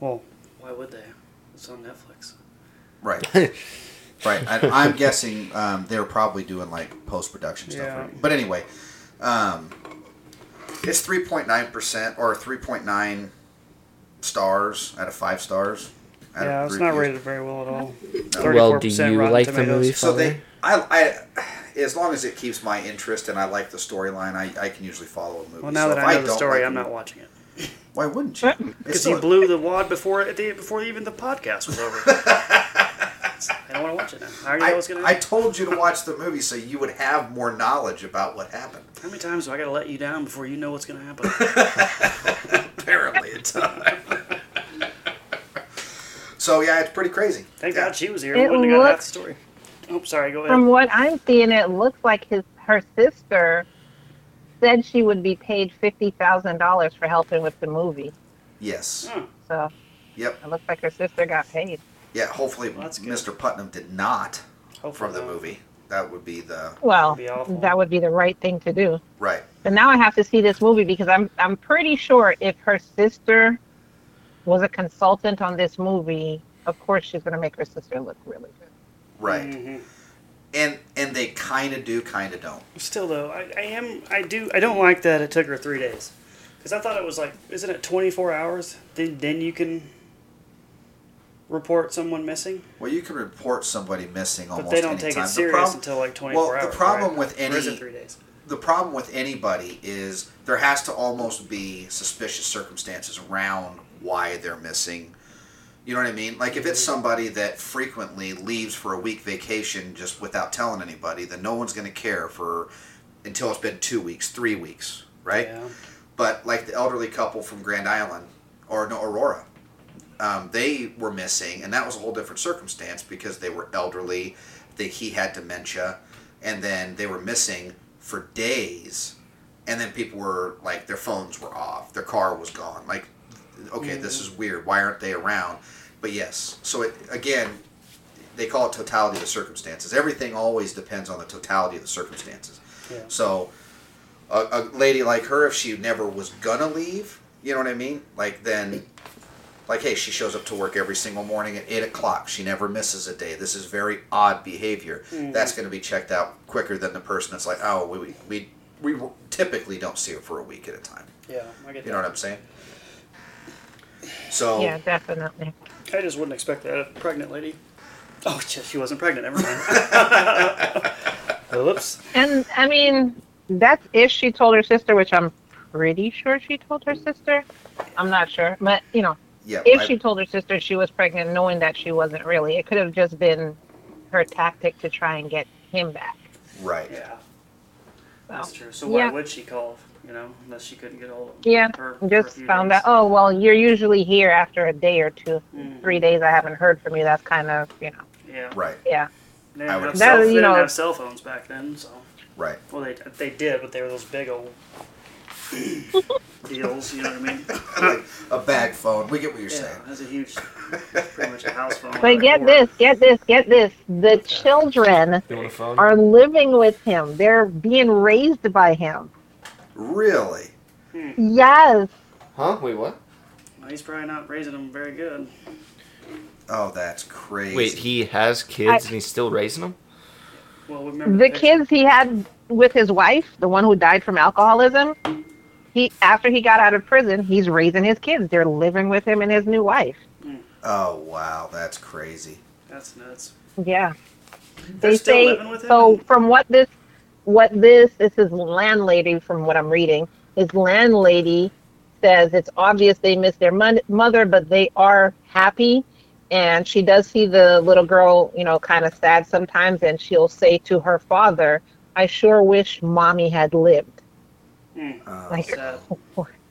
Speaker 2: Well, why would they? It's on Netflix.
Speaker 1: Right. right. I, I'm guessing um, they were probably doing like post production stuff.
Speaker 2: Yeah.
Speaker 1: But anyway, um, it's 3.9% or 3.9 stars out of five stars. out of
Speaker 2: yeah, it's not
Speaker 1: reviews.
Speaker 2: rated very well at all.
Speaker 3: Well, do
Speaker 2: 34%
Speaker 3: you
Speaker 2: Rotten
Speaker 3: like the
Speaker 2: Tomatoes.
Speaker 3: movie?
Speaker 1: So they, I, I, as long as it keeps my interest and I like the storyline, I, I can usually follow a movie.
Speaker 2: Well, now
Speaker 1: So
Speaker 2: that
Speaker 1: if
Speaker 2: I know the
Speaker 1: don't
Speaker 2: story,
Speaker 1: like a
Speaker 2: I'm not
Speaker 1: movie-
Speaker 2: watching it
Speaker 1: Why wouldn't you? It's
Speaker 2: because he
Speaker 1: still-
Speaker 2: blew the wad before it, before even the podcast was over. I don't want to watch it now. I already know
Speaker 1: I,
Speaker 2: what's gonna.
Speaker 1: I
Speaker 2: happen.
Speaker 1: told you to watch the movie so you would have more knowledge about what happened.
Speaker 2: How many times do I gotta let you down before you know what's gonna happen?
Speaker 1: Apparently, it's time. so yeah, it's pretty crazy.
Speaker 2: Thank
Speaker 1: yeah.
Speaker 2: God she was here.
Speaker 4: It
Speaker 2: It wouldn't have got half the
Speaker 4: looks-
Speaker 2: story. Oh, sorry. Go ahead.
Speaker 4: From what I'm seeing, it looks like his her sister said she would be paid fifty thousand dollars for helping with the movie.
Speaker 1: Yes.
Speaker 2: Hmm.
Speaker 4: So
Speaker 1: Yep.
Speaker 4: it looks like her sister got paid.
Speaker 1: Yeah. Hopefully,
Speaker 2: Well, that's good.
Speaker 1: Mr. Putnam did not
Speaker 2: Hopefully
Speaker 1: from the
Speaker 2: not.
Speaker 1: movie. That would be the
Speaker 4: Well,
Speaker 2: That'd be awful.
Speaker 4: that would be the right thing to do.
Speaker 1: right.
Speaker 4: But now I have to see this movie because I'm I'm pretty sure if her sister was a consultant on this movie, of course she's gonna make her sister look really good.
Speaker 1: Right.
Speaker 2: Mhm.
Speaker 1: And and they kind of do, kind of don't.
Speaker 2: Still though, I, I am I do I don't like that it took her three days, because I thought it was like isn't it twenty four hours? Then then you can report someone missing,
Speaker 1: Well, you can report somebody missing
Speaker 2: but
Speaker 1: almost
Speaker 2: they don't
Speaker 1: any
Speaker 2: take
Speaker 1: time.
Speaker 2: it
Speaker 1: The
Speaker 2: serious
Speaker 1: prob-
Speaker 2: until like twenty
Speaker 1: well,
Speaker 2: four
Speaker 1: the
Speaker 2: hours.
Speaker 1: problem
Speaker 2: right?
Speaker 1: with
Speaker 2: Or is
Speaker 1: any-
Speaker 2: it three days?
Speaker 1: the problem with anybody is there has to almost be suspicious circumstances around why they're missing. You know what I mean? Like if it's
Speaker 2: Mm-hmm.
Speaker 1: somebody that frequently leaves for a week vacation just without telling anybody, then no one's going to care for until it's been 2 weeks, 3 weeks, right?
Speaker 2: Yeah.
Speaker 1: But like the elderly couple from Grand Island or no Aurora, um, they were missing, and that was a whole different circumstance because they were elderly. That he had dementia, and then they were missing for days, and then people were like, their phones were off, their car was gone. Like, okay, this is weird. Why aren't they around? But yes, so it, again, they call it totality of the circumstances. Everything always depends on the totality of the circumstances.
Speaker 2: Yeah.
Speaker 1: So a, a lady like her, if she never was gonna leave, you know what I mean? Like then, like hey, she shows up to work every single morning at eight o'clock. She never misses a day. This is very odd behavior. That's gonna be checked out quicker than the person that's like, oh, we we we, we typically don't see her for a week at a time.
Speaker 2: Yeah, I get
Speaker 1: You know
Speaker 2: that.
Speaker 1: what I'm saying? So
Speaker 4: Yeah, definitely.
Speaker 2: I just wouldn't expect that. A pregnant lady. Oh, shit, she wasn't pregnant. Never mind. Oops.
Speaker 4: And I mean, that's if she told her sister, which I'm pretty sure she told her sister. I'm not sure, but you know,
Speaker 1: yeah,
Speaker 4: if
Speaker 1: I-
Speaker 4: she told her sister she was pregnant, knowing that she wasn't really, it could have just been her tactic to try and get him back.
Speaker 1: right.
Speaker 2: Yeah,
Speaker 4: So,
Speaker 2: that's true. So why
Speaker 4: Oh. Yeah.
Speaker 2: would she call? You know, unless she couldn't get hold of
Speaker 4: Yeah,
Speaker 2: her.
Speaker 4: just found out. Oh well, you're usually here after a day or two,
Speaker 2: Mm.
Speaker 4: three days. I haven't heard from you. That's kind of you know,
Speaker 2: Yeah.
Speaker 1: Right,
Speaker 4: yeah.
Speaker 2: They didn't,
Speaker 1: I would
Speaker 2: have,
Speaker 1: have
Speaker 2: cell,
Speaker 4: That-
Speaker 2: they
Speaker 4: you
Speaker 2: didn't
Speaker 4: know-
Speaker 2: have cell phones back then, so
Speaker 1: right.
Speaker 2: well they they did, but they were those big old deals. You know what I mean?
Speaker 1: like a bag phone. We get what you're
Speaker 2: yeah,
Speaker 1: saying.
Speaker 2: that's a huge, pretty much a house phone.
Speaker 4: But get this, get this, get this. The children
Speaker 3: You want a phone?
Speaker 4: are living with him. They're being raised by him.
Speaker 1: Really?
Speaker 4: Yes.
Speaker 3: huh? Wait, what?
Speaker 2: Well, he's probably not raising them very good.
Speaker 1: Oh, that's crazy.
Speaker 3: Wait, he has kids
Speaker 4: I-
Speaker 3: and he's still raising them?
Speaker 2: Well, remember
Speaker 4: The
Speaker 2: picture-
Speaker 4: kids he had with his wife, the one who died from alcoholism, he after he got out of prison, he's raising his kids. They're living with him and his new wife.
Speaker 1: Oh wow, that's crazy.
Speaker 2: That's nuts.
Speaker 4: Yeah.
Speaker 2: They're
Speaker 4: they
Speaker 2: still
Speaker 4: say
Speaker 2: living with him.
Speaker 4: so from what this what this this is landlady from what i'm reading his landlady says it's obvious they miss their mon- mother but they are happy and she does see the little girl you know kind of sad sometimes and she'll say to her father i sure wish mommy had lived
Speaker 2: Mm.
Speaker 1: Uh,
Speaker 4: like
Speaker 2: Sad.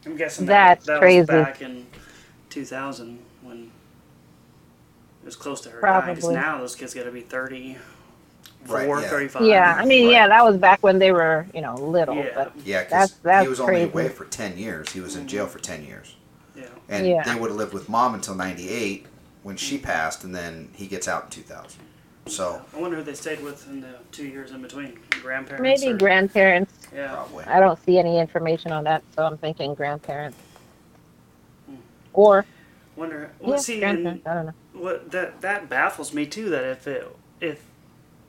Speaker 2: I'm guessing
Speaker 4: That's
Speaker 2: that, that
Speaker 4: crazy.
Speaker 2: was back in 2000 when it was close to her Because
Speaker 4: Probably.
Speaker 2: now those kids got to be 34,
Speaker 1: Right, yeah.
Speaker 2: 35.
Speaker 4: yeah i mean
Speaker 1: Right.
Speaker 4: yeah that was back when they were you know little
Speaker 2: Yeah.
Speaker 4: but
Speaker 1: yeah, because
Speaker 4: That's- that's
Speaker 1: he was only
Speaker 4: crazy.
Speaker 1: away for ten years. He was in jail for ten years,
Speaker 2: yeah.
Speaker 1: and
Speaker 4: Yeah.
Speaker 1: they would have lived with mom until '98 when she passed, and then he gets out in 2000. So
Speaker 2: I wonder who they stayed with in the two years in between. Grandparents.
Speaker 4: maybe
Speaker 2: or,
Speaker 4: grandparents
Speaker 2: Yeah.
Speaker 1: probably
Speaker 4: I don't see any information on that, so I'm thinking grandparents.
Speaker 2: Hmm.
Speaker 4: Or
Speaker 2: Wonder. Well,
Speaker 4: yeah,
Speaker 2: see, and
Speaker 4: grandparents. I don't know.
Speaker 2: what that that baffles me too. That if it if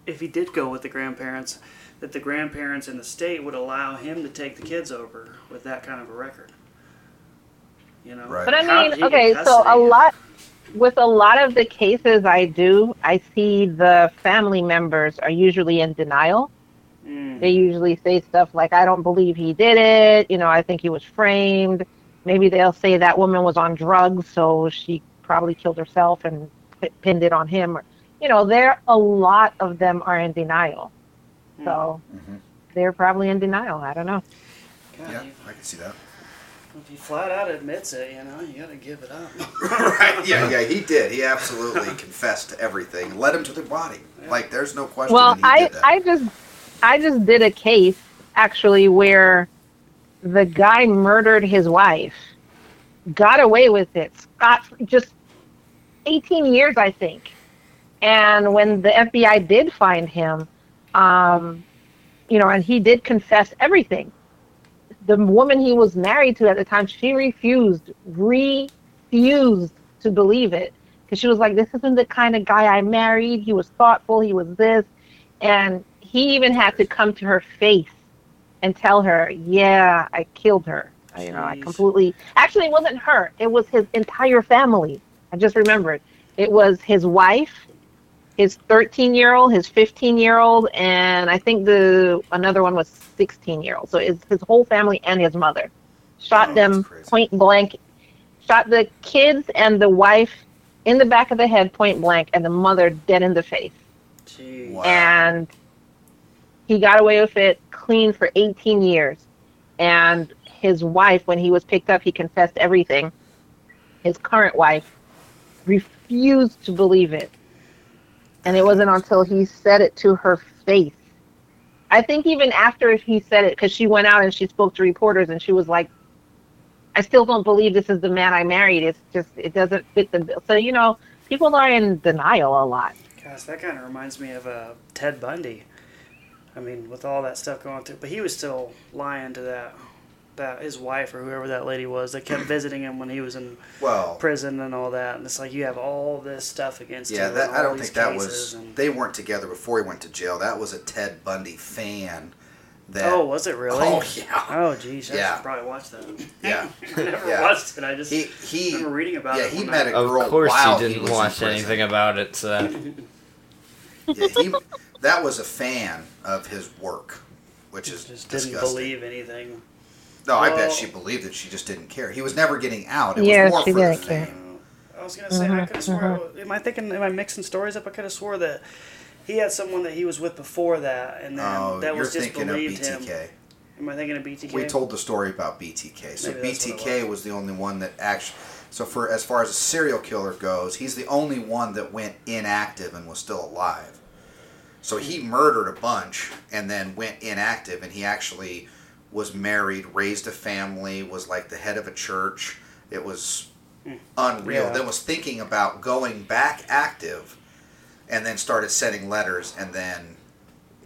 Speaker 2: if he did go with the grandparents, that the grandparents in the state would allow him to take the kids over with that kind of a record. You know.
Speaker 1: Right.
Speaker 4: But
Speaker 2: How
Speaker 4: I
Speaker 2: did
Speaker 4: mean,
Speaker 2: he get
Speaker 4: okay, so a
Speaker 2: custody?
Speaker 4: lot with a lot of the cases I do, I see the family members are usually in denial.
Speaker 2: Mm.
Speaker 4: They usually say stuff like, "I don't believe he did it," you know, "I think he was framed." Maybe they'll say that woman was on drugs, so she probably killed herself and p- pinned it on him. Or, you know, there a lot of them are in denial, so
Speaker 2: Mm-hmm.
Speaker 1: Mhm.
Speaker 4: they're probably in denial. I don't know.
Speaker 2: God,
Speaker 1: yeah,
Speaker 2: you-
Speaker 1: I can see that.
Speaker 2: If he flat out admits it, you know, you gotta give it up.
Speaker 1: right? Yeah, yeah, he did. He absolutely confessed to everything. Led him to the body. Like there's no question.
Speaker 4: Well,
Speaker 1: that he
Speaker 4: I
Speaker 1: did that.
Speaker 4: I just I just did a case actually where the guy murdered his wife, got away with it, got just 18 years I think, and when the FBI did find him, um, you know, and he did confess everything. The woman he was married to at the time, she refused, refused to believe it because she was like, "This isn't the kind of guy I married. He was thoughtful. He was this," and he even had to come to her face and tell her, "Yeah, I killed her. I- You know, I
Speaker 2: Jeez.
Speaker 4: completely. Actually, it wasn't her. It was his entire family. I just remembered. It was his wife, his 13 year old, his 15 year old, and I think the another one was 16 year old. So it's his whole family and his mother. Shot
Speaker 1: Oh, that's
Speaker 4: them
Speaker 1: crazy.
Speaker 4: point blank. Shot the kids and the wife in the back of the head point blank, and the mother dead in the face.
Speaker 2: Jeez.
Speaker 1: Wow.
Speaker 4: And he got away with it clean for 18 years. And his wife, when he was picked up, he confessed everything. His current wife refused to believe it. And it wasn't until he said it to her face. I think even after he said it, because she went out and she spoke to reporters and she was like, I still don't believe this is the man I married. It's just, it doesn't fit the bill. So, you know, people are in denial a lot.
Speaker 2: Gosh, that kind of reminds me of uh, Ted Bundy. I mean, with all that stuff going through, but he was still lying to that that his wife or whoever that lady was that kept visiting him when he was in
Speaker 1: Well,
Speaker 2: prison and all that. And it's like you have all this stuff against
Speaker 1: yeah,
Speaker 2: you.
Speaker 1: that,
Speaker 2: and
Speaker 1: I
Speaker 2: all
Speaker 1: don't
Speaker 2: these
Speaker 1: think that
Speaker 2: cases
Speaker 1: was.
Speaker 2: and-
Speaker 1: They weren't together before he went to jail. That was a Ted Bundy fan. That,
Speaker 2: oh, was it really?
Speaker 1: Oh, yeah.
Speaker 2: Oh, geez, I
Speaker 1: Yeah.
Speaker 2: should probably watch that.
Speaker 1: Yeah.
Speaker 2: I never
Speaker 1: Yeah.
Speaker 2: watched it. I just
Speaker 1: He he.
Speaker 2: remember reading about
Speaker 1: yeah,
Speaker 2: it.
Speaker 1: he
Speaker 2: when
Speaker 1: met
Speaker 2: I-
Speaker 1: a
Speaker 3: Of
Speaker 1: girl
Speaker 3: course,
Speaker 1: while
Speaker 3: you
Speaker 1: he
Speaker 3: didn't
Speaker 1: was in
Speaker 3: watch
Speaker 1: prison.
Speaker 3: anything about it. So
Speaker 1: Yeah, he, that was a fan of his work, which is
Speaker 2: just didn't
Speaker 1: disgusting.
Speaker 2: believe anything.
Speaker 1: No, I
Speaker 2: Well-
Speaker 1: bet she believed it. She just didn't care. He was never getting out. It
Speaker 4: Yeah,
Speaker 1: was more
Speaker 4: she
Speaker 1: for the
Speaker 4: didn't care.
Speaker 1: fame.
Speaker 2: I was gonna say
Speaker 4: Uh-huh,
Speaker 2: I could have swore. Am I thinking? Am I mixing stories up? I could have swore that he had someone that he was with before that, and then
Speaker 1: Oh,
Speaker 2: that
Speaker 1: you're
Speaker 2: was just
Speaker 1: thinking of
Speaker 2: believed
Speaker 1: BTK.
Speaker 2: him. Am I thinking of BTK?
Speaker 1: We told the story about BTK. So
Speaker 2: Maybe that's what it
Speaker 1: BTK was.
Speaker 2: was.
Speaker 1: the only one that actually. So for as far as a serial killer goes, he's the only one that went inactive and was still alive. So he murdered a bunch and then went inactive, and he actually was married, raised a family, was like the head of a church. It was unreal.
Speaker 2: Hmm. Yeah.
Speaker 1: Then was thinking about going back active, and then started sending letters, and then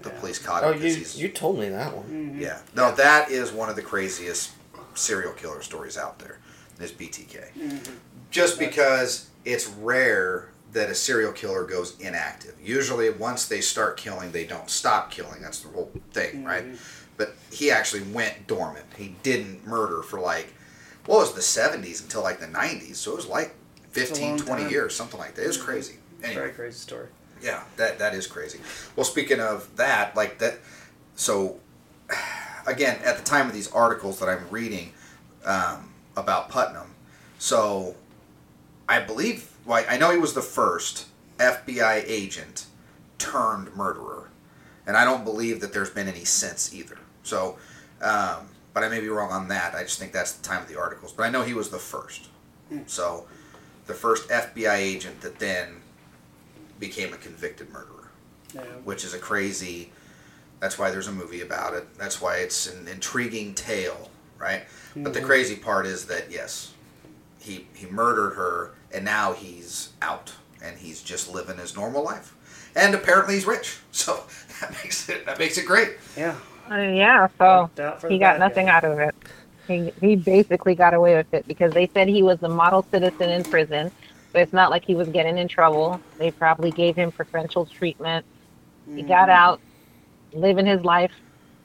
Speaker 1: the
Speaker 2: Yeah.
Speaker 1: police caught him.
Speaker 3: oh,
Speaker 1: 'cause
Speaker 3: you
Speaker 1: he's-
Speaker 3: you told me that one.
Speaker 2: Mm-hmm.
Speaker 1: yeah. No, that is one of the craziest serial killer stories out there. Is BTK.
Speaker 2: Mm-hmm.
Speaker 1: Just because it's rare that a serial killer goes inactive. Usually, once they start killing, they don't stop killing. That's the whole
Speaker 2: Mm-hmm.
Speaker 1: thing, right? But he actually went dormant. He didn't murder for like, what was the 70s until like the 90s? So it was like
Speaker 2: a
Speaker 1: 15,
Speaker 2: long
Speaker 1: 20
Speaker 2: time. Mm-hmm.
Speaker 1: years, something like that. It was crazy. Anyway.
Speaker 2: Very crazy story.
Speaker 1: Yeah, that that is crazy. Well, speaking of that, like that, so again, at the time of these articles that I'm reading um, about Putnam, so I believe, well, I know he was the first FBI agent turned murderer, and I don't believe that there's been any since either. So, um, but I may be wrong on that. I just think that's the time of the articles. But I know he was the first. So, the first FBI agent that then became a convicted murderer,
Speaker 2: Yeah.
Speaker 1: which is a crazy. That's why there's a movie about it. That's why it's an intriguing tale, right? But the crazy part is that yes, he he murdered her, and now he's out, and he's just living his normal life, and apparently he's rich. So that makes it that makes it great.
Speaker 2: Yeah.
Speaker 4: Uh, yeah, so
Speaker 2: Worked out for
Speaker 4: he
Speaker 2: the
Speaker 4: got
Speaker 2: bad
Speaker 4: nothing
Speaker 2: guy.
Speaker 4: out of it. He, he basically got away with it because they said he was the model citizen in prison. So it's not like he was getting in trouble. They probably gave him preferential treatment. He
Speaker 2: Mm-hmm.
Speaker 4: got out, living his life,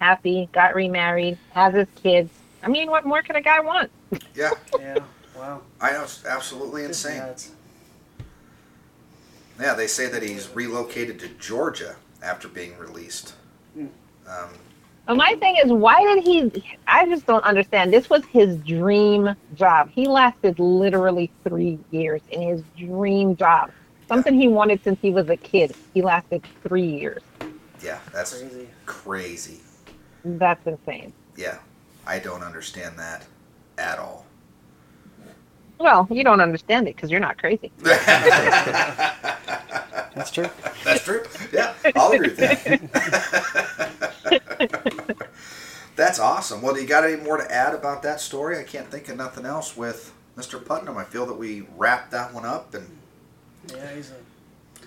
Speaker 4: happy, got remarried, has his kids. I mean, what more could a guy want?
Speaker 1: Yeah,
Speaker 2: Yeah. Wow.
Speaker 1: I know it's absolutely
Speaker 2: Just
Speaker 1: insane.
Speaker 2: nuts.
Speaker 1: Yeah, they say that he's relocated to Georgia after being released. Um,
Speaker 4: But my thing is, why did he? I just don't understand. This was his dream job. He lasted literally three years in his dream job, something he wanted since he was a kid. He lasted three years.
Speaker 1: yeah, that's
Speaker 2: Crazy.
Speaker 1: crazy.
Speaker 4: That's insane.
Speaker 1: Yeah, I don't understand that at all.
Speaker 4: Well, you don't understand it because you're not crazy.
Speaker 2: That's true.
Speaker 1: That's true. Yeah, I'll agree with that. That's awesome. Well, do you got any more to add about that story? I can't think of nothing else with Mr. Putnam. I feel that we wrapped that one up, and
Speaker 2: Yeah, he's a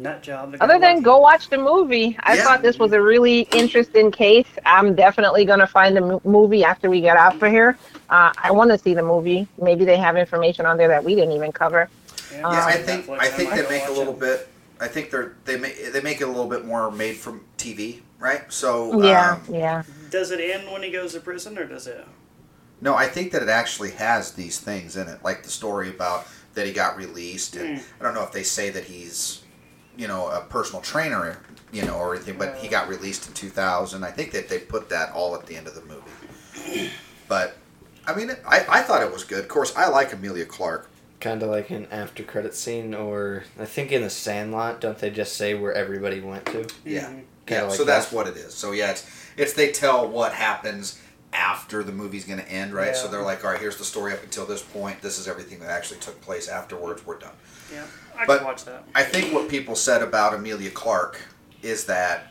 Speaker 2: nut job. that
Speaker 4: Other
Speaker 2: got
Speaker 4: than
Speaker 2: lucky.
Speaker 4: go watch the movie, I
Speaker 1: Yeah.
Speaker 4: thought this was a really interesting case. I'm definitely going to find the mo- movie after we get out for here. Uh, I want to see the movie. Maybe they have information on there that we didn't even cover.
Speaker 2: Yeah,
Speaker 1: yeah,
Speaker 4: Um,
Speaker 1: I think
Speaker 2: Netflix,
Speaker 1: I think
Speaker 2: might
Speaker 1: they
Speaker 2: go
Speaker 1: make a
Speaker 2: watch
Speaker 1: little
Speaker 2: it.
Speaker 1: bit. I think they're they make they make it a little bit more made from TV, right? So
Speaker 4: Yeah,
Speaker 1: um,
Speaker 4: yeah.
Speaker 2: Does it end when he goes to prison, or does it?
Speaker 1: No, I think that it actually has these things in it, like the story about that he got released, and I don't know if they say that he's, you know, a personal trainer, you know, or anything, but he got released in 2000. I think that they put that all at the end of the movie. But I mean, I, I thought it was good. Of course, I like Amelia Clark.
Speaker 3: Kind of like an after credit scene, or I think in the Sandlot, don't they just say where everybody went to?
Speaker 1: Yeah,
Speaker 2: Mhm.
Speaker 1: yeah.
Speaker 3: Kinda like
Speaker 1: so that's
Speaker 3: that.
Speaker 1: what it is. So yeah, it's it's they tell what happens after the movie's going to end, right? So
Speaker 2: Yeah.
Speaker 1: they're like, all right, here's the story up until this point. This is everything that actually took place afterwards. We're done.
Speaker 2: Yeah, I
Speaker 1: But-
Speaker 2: can watch that.
Speaker 1: I think what people said about Amelia Clark is that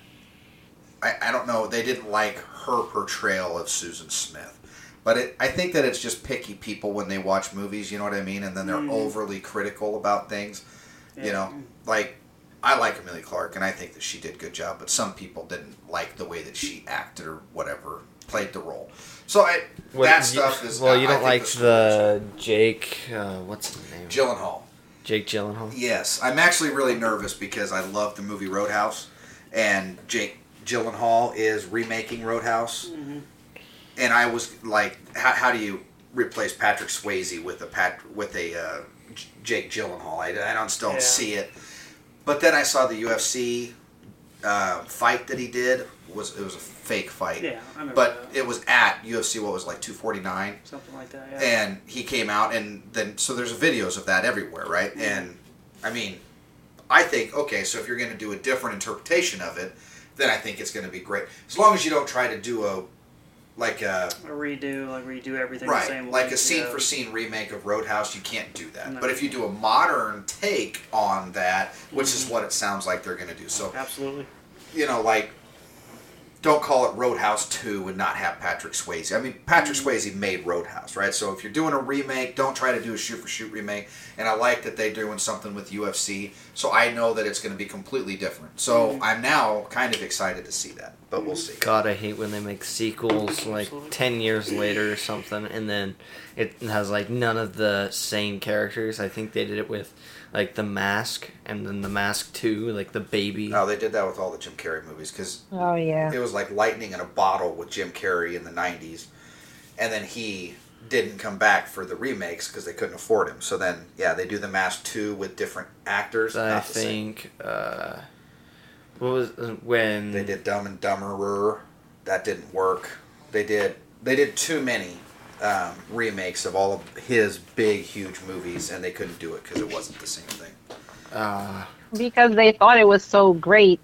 Speaker 1: I, I don't know, they didn't like her portrayal of Susan Smith. But it, I think that it's just picky people when they watch movies, you know what I mean? And then they're
Speaker 2: Mhm.
Speaker 1: overly critical about things. You
Speaker 2: Yeah.
Speaker 1: know, like I like Amelia Clark and I think that she did a good job, but some people didn't like the way that she acted or whatever, played the role. So I
Speaker 3: Well,
Speaker 1: that
Speaker 3: you-
Speaker 1: stuff is
Speaker 3: Well,
Speaker 1: I-
Speaker 3: you
Speaker 1: I
Speaker 3: don't
Speaker 1: think
Speaker 3: like
Speaker 1: story
Speaker 3: the Jake. Uh, what's his name?
Speaker 1: is- Gyllenhaal.
Speaker 3: Jake Gyllenhaal.
Speaker 1: Yes, I'm actually really nervous because I love the movie Roadhouse, and Jake Gyllenhaal is remaking Roadhouse,
Speaker 2: Mm-hmm.
Speaker 1: and I was like, how, how do you replace Patrick Swayze with a Pat with a uh, J- Jake Gyllenhaal? I, I don't still
Speaker 2: Yeah.
Speaker 1: see it, but then I saw the UFC uh, fight that he did was it was a fake fight,
Speaker 2: Yeah, I remember
Speaker 1: but
Speaker 2: that.
Speaker 1: it was at UFC what was it, like 249
Speaker 2: Something like that. Yeah.
Speaker 1: and he came out and then so there's videos of that everywhere right and i mean i think okay so if you're going to do a different interpretation of it then i think it's going to be great as long as you don't try to do a like a
Speaker 2: A redo, like redo everything the
Speaker 1: right
Speaker 2: same
Speaker 1: like
Speaker 2: way,
Speaker 1: a scene
Speaker 2: yeah.
Speaker 1: for scene remake of roadhouse you can't do that
Speaker 2: No.
Speaker 1: but if you do a modern take on that which is
Speaker 2: Mm-hmm.
Speaker 1: what it sounds like they're going to do so
Speaker 2: Absolutely.
Speaker 1: you know like don't call it Roadhouse 2 and not have Patrick Swayze. I mean, Patrick Swayze made Roadhouse, right? So if you're doing a remake, don't try to do a shoot for shoot remake. And I like that they're doing something with UFC, so I know that it's going to be completely different. So I'm now kind of excited to see that, but we'll see.
Speaker 3: God, I hate when they make sequels like
Speaker 2: Absolutely.
Speaker 3: ten years later or something, and then it has like none of the same characters. I think they did it with like The Mask, and then The Mask Two, like the baby.
Speaker 1: No, they did that with all the Jim Carrey movies because
Speaker 4: Oh yeah.
Speaker 1: it was like lightning in a bottle with Jim Carrey in the 90s. And then he didn't come back for the remakes because they couldn't afford him. So then, yeah, they do The Mask 2 with different actors.
Speaker 3: I
Speaker 1: not the same.
Speaker 3: think. Uh, what was uh, when
Speaker 1: They did Dumb and Dumberer. That didn't work. They did they did too many um, remakes of all of his big huge movies, and they couldn't do it because it wasn't the same thing.
Speaker 3: Uh,
Speaker 4: because they thought it was so great.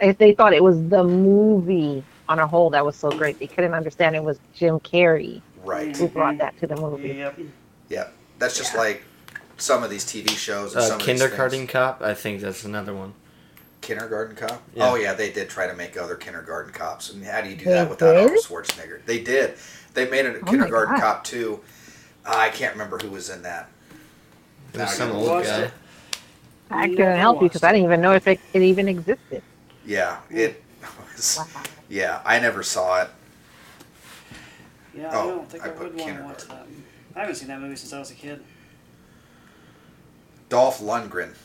Speaker 4: They- They thought it was the movie on a whole that was so great. They couldn't understand it was Jim Carrey
Speaker 1: Right.
Speaker 4: who brought that to the movie.
Speaker 2: Yep.
Speaker 1: Yeah. That's just like some of these TV shows. And
Speaker 3: uh,
Speaker 1: some of these
Speaker 3: Kindergarten
Speaker 1: things.
Speaker 3: Cop? I think that's another one.
Speaker 1: Kindergarten Cop.
Speaker 3: Yeah.
Speaker 1: Oh yeah, they did try to make other Kindergarten Cops, and how do you do
Speaker 4: They
Speaker 1: that without
Speaker 4: did? Oh
Speaker 1: Arnold Schwarzenegger? They did. They made it a
Speaker 4: my
Speaker 1: Kindergarten
Speaker 4: God.
Speaker 1: Cop too. I can't remember who was in that.
Speaker 3: It was
Speaker 1: Now I
Speaker 3: some
Speaker 1: gotta
Speaker 3: old
Speaker 2: watch
Speaker 3: guy.
Speaker 2: it.
Speaker 4: I
Speaker 2: Yeah,
Speaker 4: couldn't
Speaker 2: I
Speaker 4: help you
Speaker 2: watched
Speaker 4: because I didn't even know if it, it even existed.
Speaker 1: Yeah, it was.
Speaker 4: Wow.
Speaker 1: Yeah, I never saw it.
Speaker 2: Yeah,
Speaker 1: Oh,
Speaker 2: I don't think
Speaker 1: I
Speaker 2: I,
Speaker 1: put
Speaker 2: would want to watch that. I haven't seen that movie since I was a kid.
Speaker 1: Dolph Lundgren.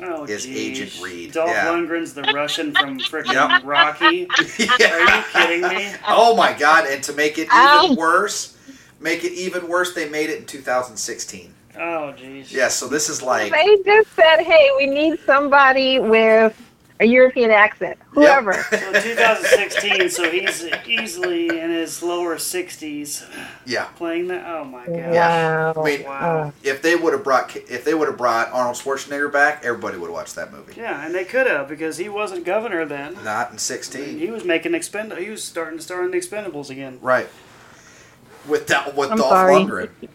Speaker 2: Oh,
Speaker 1: Is
Speaker 2: geez.
Speaker 1: Agent Reed,
Speaker 2: Dolph
Speaker 1: yeah.
Speaker 2: Lundgren's the Russian from frickin'
Speaker 1: Yep.
Speaker 2: Rocky. Are you kidding me?
Speaker 1: Oh my god! And to make it even
Speaker 4: Ow.
Speaker 1: worse, make it even worse, they made it in 2016.
Speaker 2: Oh, jeez.
Speaker 1: Yeah, so this is like
Speaker 4: They just said, "Hey, we need somebody with a European accent, whoever."
Speaker 2: So 2016, so he's easily in his lower 60s
Speaker 1: yeah.
Speaker 2: playing that. Oh my god.
Speaker 1: Yeah.
Speaker 4: Wow.
Speaker 1: I mean,
Speaker 2: Wow.
Speaker 1: if they would have brought if they would have brought Arnold Schwarzenegger back, everybody would watch that movie.
Speaker 2: Yeah, and they could have because he wasn't governor then.
Speaker 1: Not in
Speaker 2: And
Speaker 1: 16,
Speaker 2: He was making expend. He was starting to star in the Expendables again.
Speaker 1: right? With that, with
Speaker 4: I'm
Speaker 1: Dolph
Speaker 4: sorry.
Speaker 1: Lundgren. uh,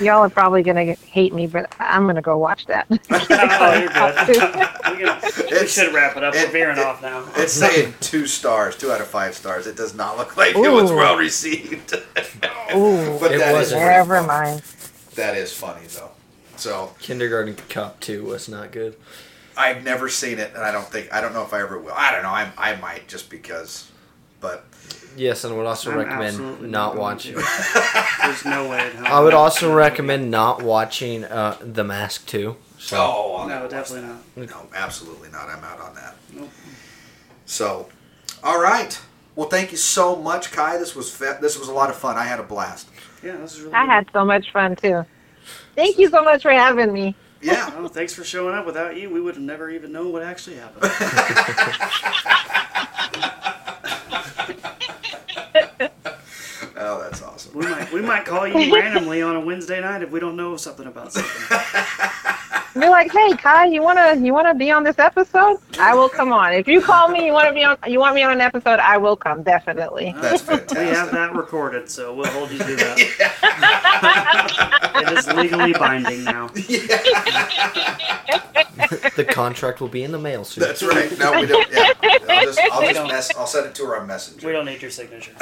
Speaker 4: Y'all are probably gonna get- hate me, but I'm gonna go watch that.
Speaker 2: oh, you're good. we, can- we
Speaker 1: It's-
Speaker 2: should wrap it up.
Speaker 1: it-
Speaker 2: We're veering
Speaker 1: it-
Speaker 2: off now.
Speaker 1: It's saying two stars, two out of five stars. It does not look like it was
Speaker 4: Ooh.
Speaker 1: well received.
Speaker 4: Ooh,
Speaker 1: But
Speaker 3: It
Speaker 1: that is
Speaker 3: wasn't.
Speaker 1: pretty
Speaker 4: never
Speaker 1: funny.
Speaker 4: mind.
Speaker 1: That is funny though. So
Speaker 3: Kindergarten Cop 2 was not good.
Speaker 1: I've never seen it, and I don't think I don't know if I ever will. I don't know. I I might just because, but
Speaker 3: Yes, and I would also
Speaker 2: I'm absolutely
Speaker 3: recommend not
Speaker 2: going
Speaker 3: watching.
Speaker 2: to. There's no way. I'd help.
Speaker 3: I would also recommend not watching uh, The Mask 2. So
Speaker 1: oh, I'll never
Speaker 2: No,
Speaker 1: watch
Speaker 2: definitely not.
Speaker 1: that. No, absolutely not. I'm out on that.
Speaker 2: Nope.
Speaker 1: So, all right. Well, thank you so much, Kai. This was fe- this was a lot of fun. I had a blast.
Speaker 2: Yeah, this is really.
Speaker 4: I
Speaker 2: good.
Speaker 4: had so much fun too. Thank you so much for having me.
Speaker 1: Yeah.
Speaker 2: Oh, thanks for showing up. Without you, we would have never even known what actually happened.
Speaker 1: Oh, that's awesome.
Speaker 2: We might, we might call you randomly on a Wednesday night if we don't know something about something.
Speaker 4: Be like, hey, Kai, you wanna you wanna be on this episode? I will come on. If you call me, you wanna be on, you want me on an episode? I will come definitely.
Speaker 1: That's
Speaker 2: We have
Speaker 1: fantastic.
Speaker 2: that recorded, so we'll hold you to that.
Speaker 1: Yeah.
Speaker 2: It is legally binding now.
Speaker 3: The contract will be in the mail soon.
Speaker 1: Oh. That's right. No, we don't. Yeah. I'll just, I'll just mess. I'll send it to her on
Speaker 2: We
Speaker 1: Messenger.
Speaker 2: don't need your signature.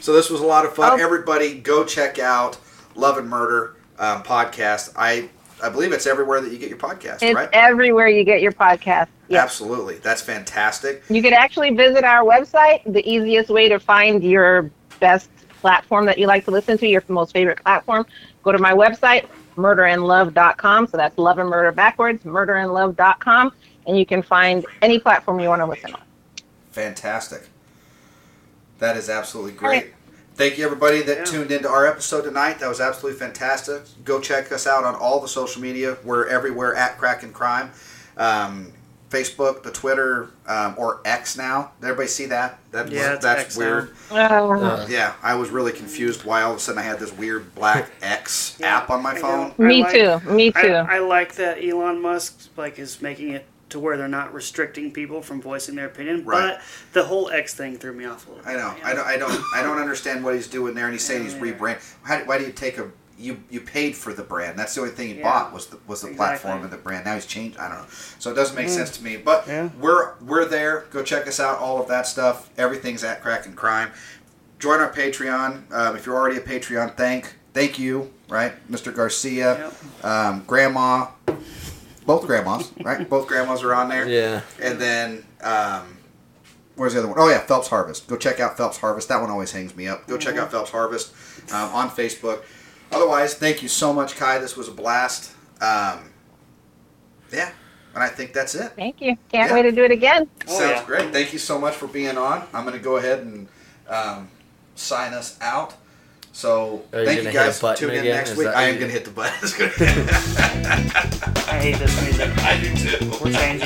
Speaker 1: So this was a lot of fun.
Speaker 4: Oh.
Speaker 1: Everybody, go check out Love and Murder um, podcast. I I believe it's everywhere that you get your podcast,
Speaker 4: It's
Speaker 1: right?
Speaker 4: everywhere you get your podcast. Yes.
Speaker 1: Absolutely. That's fantastic.
Speaker 4: You could actually visit our website. The easiest way to find your best platform that you like to listen to, your most favorite platform, go to my website, murderandlove.com. So that's love and murder backwards, murderandlove.com. And you can find any platform you want to listen on.
Speaker 1: Fantastic. That is absolutely
Speaker 4: All
Speaker 1: great.
Speaker 4: right.
Speaker 1: Thank you, everybody that
Speaker 2: Yeah.
Speaker 1: tuned into our episode tonight. That was absolutely fantastic. Go check us out on all the social media. We're everywhere at Crack and Crime, um, Facebook, the Twitter, um, or X now. Did everybody see that? that
Speaker 2: Yeah, it's
Speaker 1: that's
Speaker 2: X now.
Speaker 1: weird.
Speaker 2: Oh.
Speaker 4: Uh,
Speaker 3: Uh,
Speaker 1: Yeah, I was really confused why all of a sudden I had this weird black X
Speaker 2: Yeah,
Speaker 1: app on my
Speaker 2: I
Speaker 1: phone.
Speaker 2: know.
Speaker 4: me
Speaker 2: I like-
Speaker 4: too. Me
Speaker 2: I,
Speaker 4: too.
Speaker 2: I like that Elon Musk like is making it to where they're not restricting people from voicing their opinion.
Speaker 1: Right.
Speaker 2: But the whole X thing threw me off a little.
Speaker 1: I know.
Speaker 2: bit,
Speaker 1: I don't. I don't. I don't understand what he's doing there. And he's saying he's rebrand. How, do- why do you take a? You you paid for the brand. That's the only thing you
Speaker 2: Yeah.
Speaker 1: bought was the was the platform
Speaker 2: Exactly. Mm.
Speaker 1: and the brand. Now he's changed. I don't know. So it doesn't make sense to me. But
Speaker 2: Yeah.
Speaker 1: we're we're there. Go check us out. All of that stuff. Everything's at Crack and Crime. Join our Patreon. Um, if you're already a Patreon, thank thank you. Right, Mr. Garcia, um, Grandma, both grandmas. right, both grandmas are on there.
Speaker 3: yeah.
Speaker 1: And then, um, where's the other one? Oh, yeah, Phelps Harvest. Go check out Phelps Harvest. That one always hangs me up. Go check out Phelps Harvest um, on Facebook. Otherwise, thank you so much, Kai. This was a blast. Um, yeah, and I think that's it.
Speaker 4: Thank you. Can't
Speaker 1: Yeah.
Speaker 4: wait to do it again.
Speaker 2: Oh,
Speaker 1: Sounds
Speaker 2: yeah.
Speaker 1: great. Thank you so much for being on. I'm going to go ahead and um, sign us out. So
Speaker 3: Are you
Speaker 1: thank you
Speaker 3: gonna hit a
Speaker 1: guys.
Speaker 3: button
Speaker 1: Tune in
Speaker 3: again?
Speaker 1: next
Speaker 3: Is
Speaker 1: week.
Speaker 3: that-
Speaker 1: I am going to hit the button. It's gonna-
Speaker 2: I hate this music.
Speaker 1: I do too.
Speaker 2: We're changing.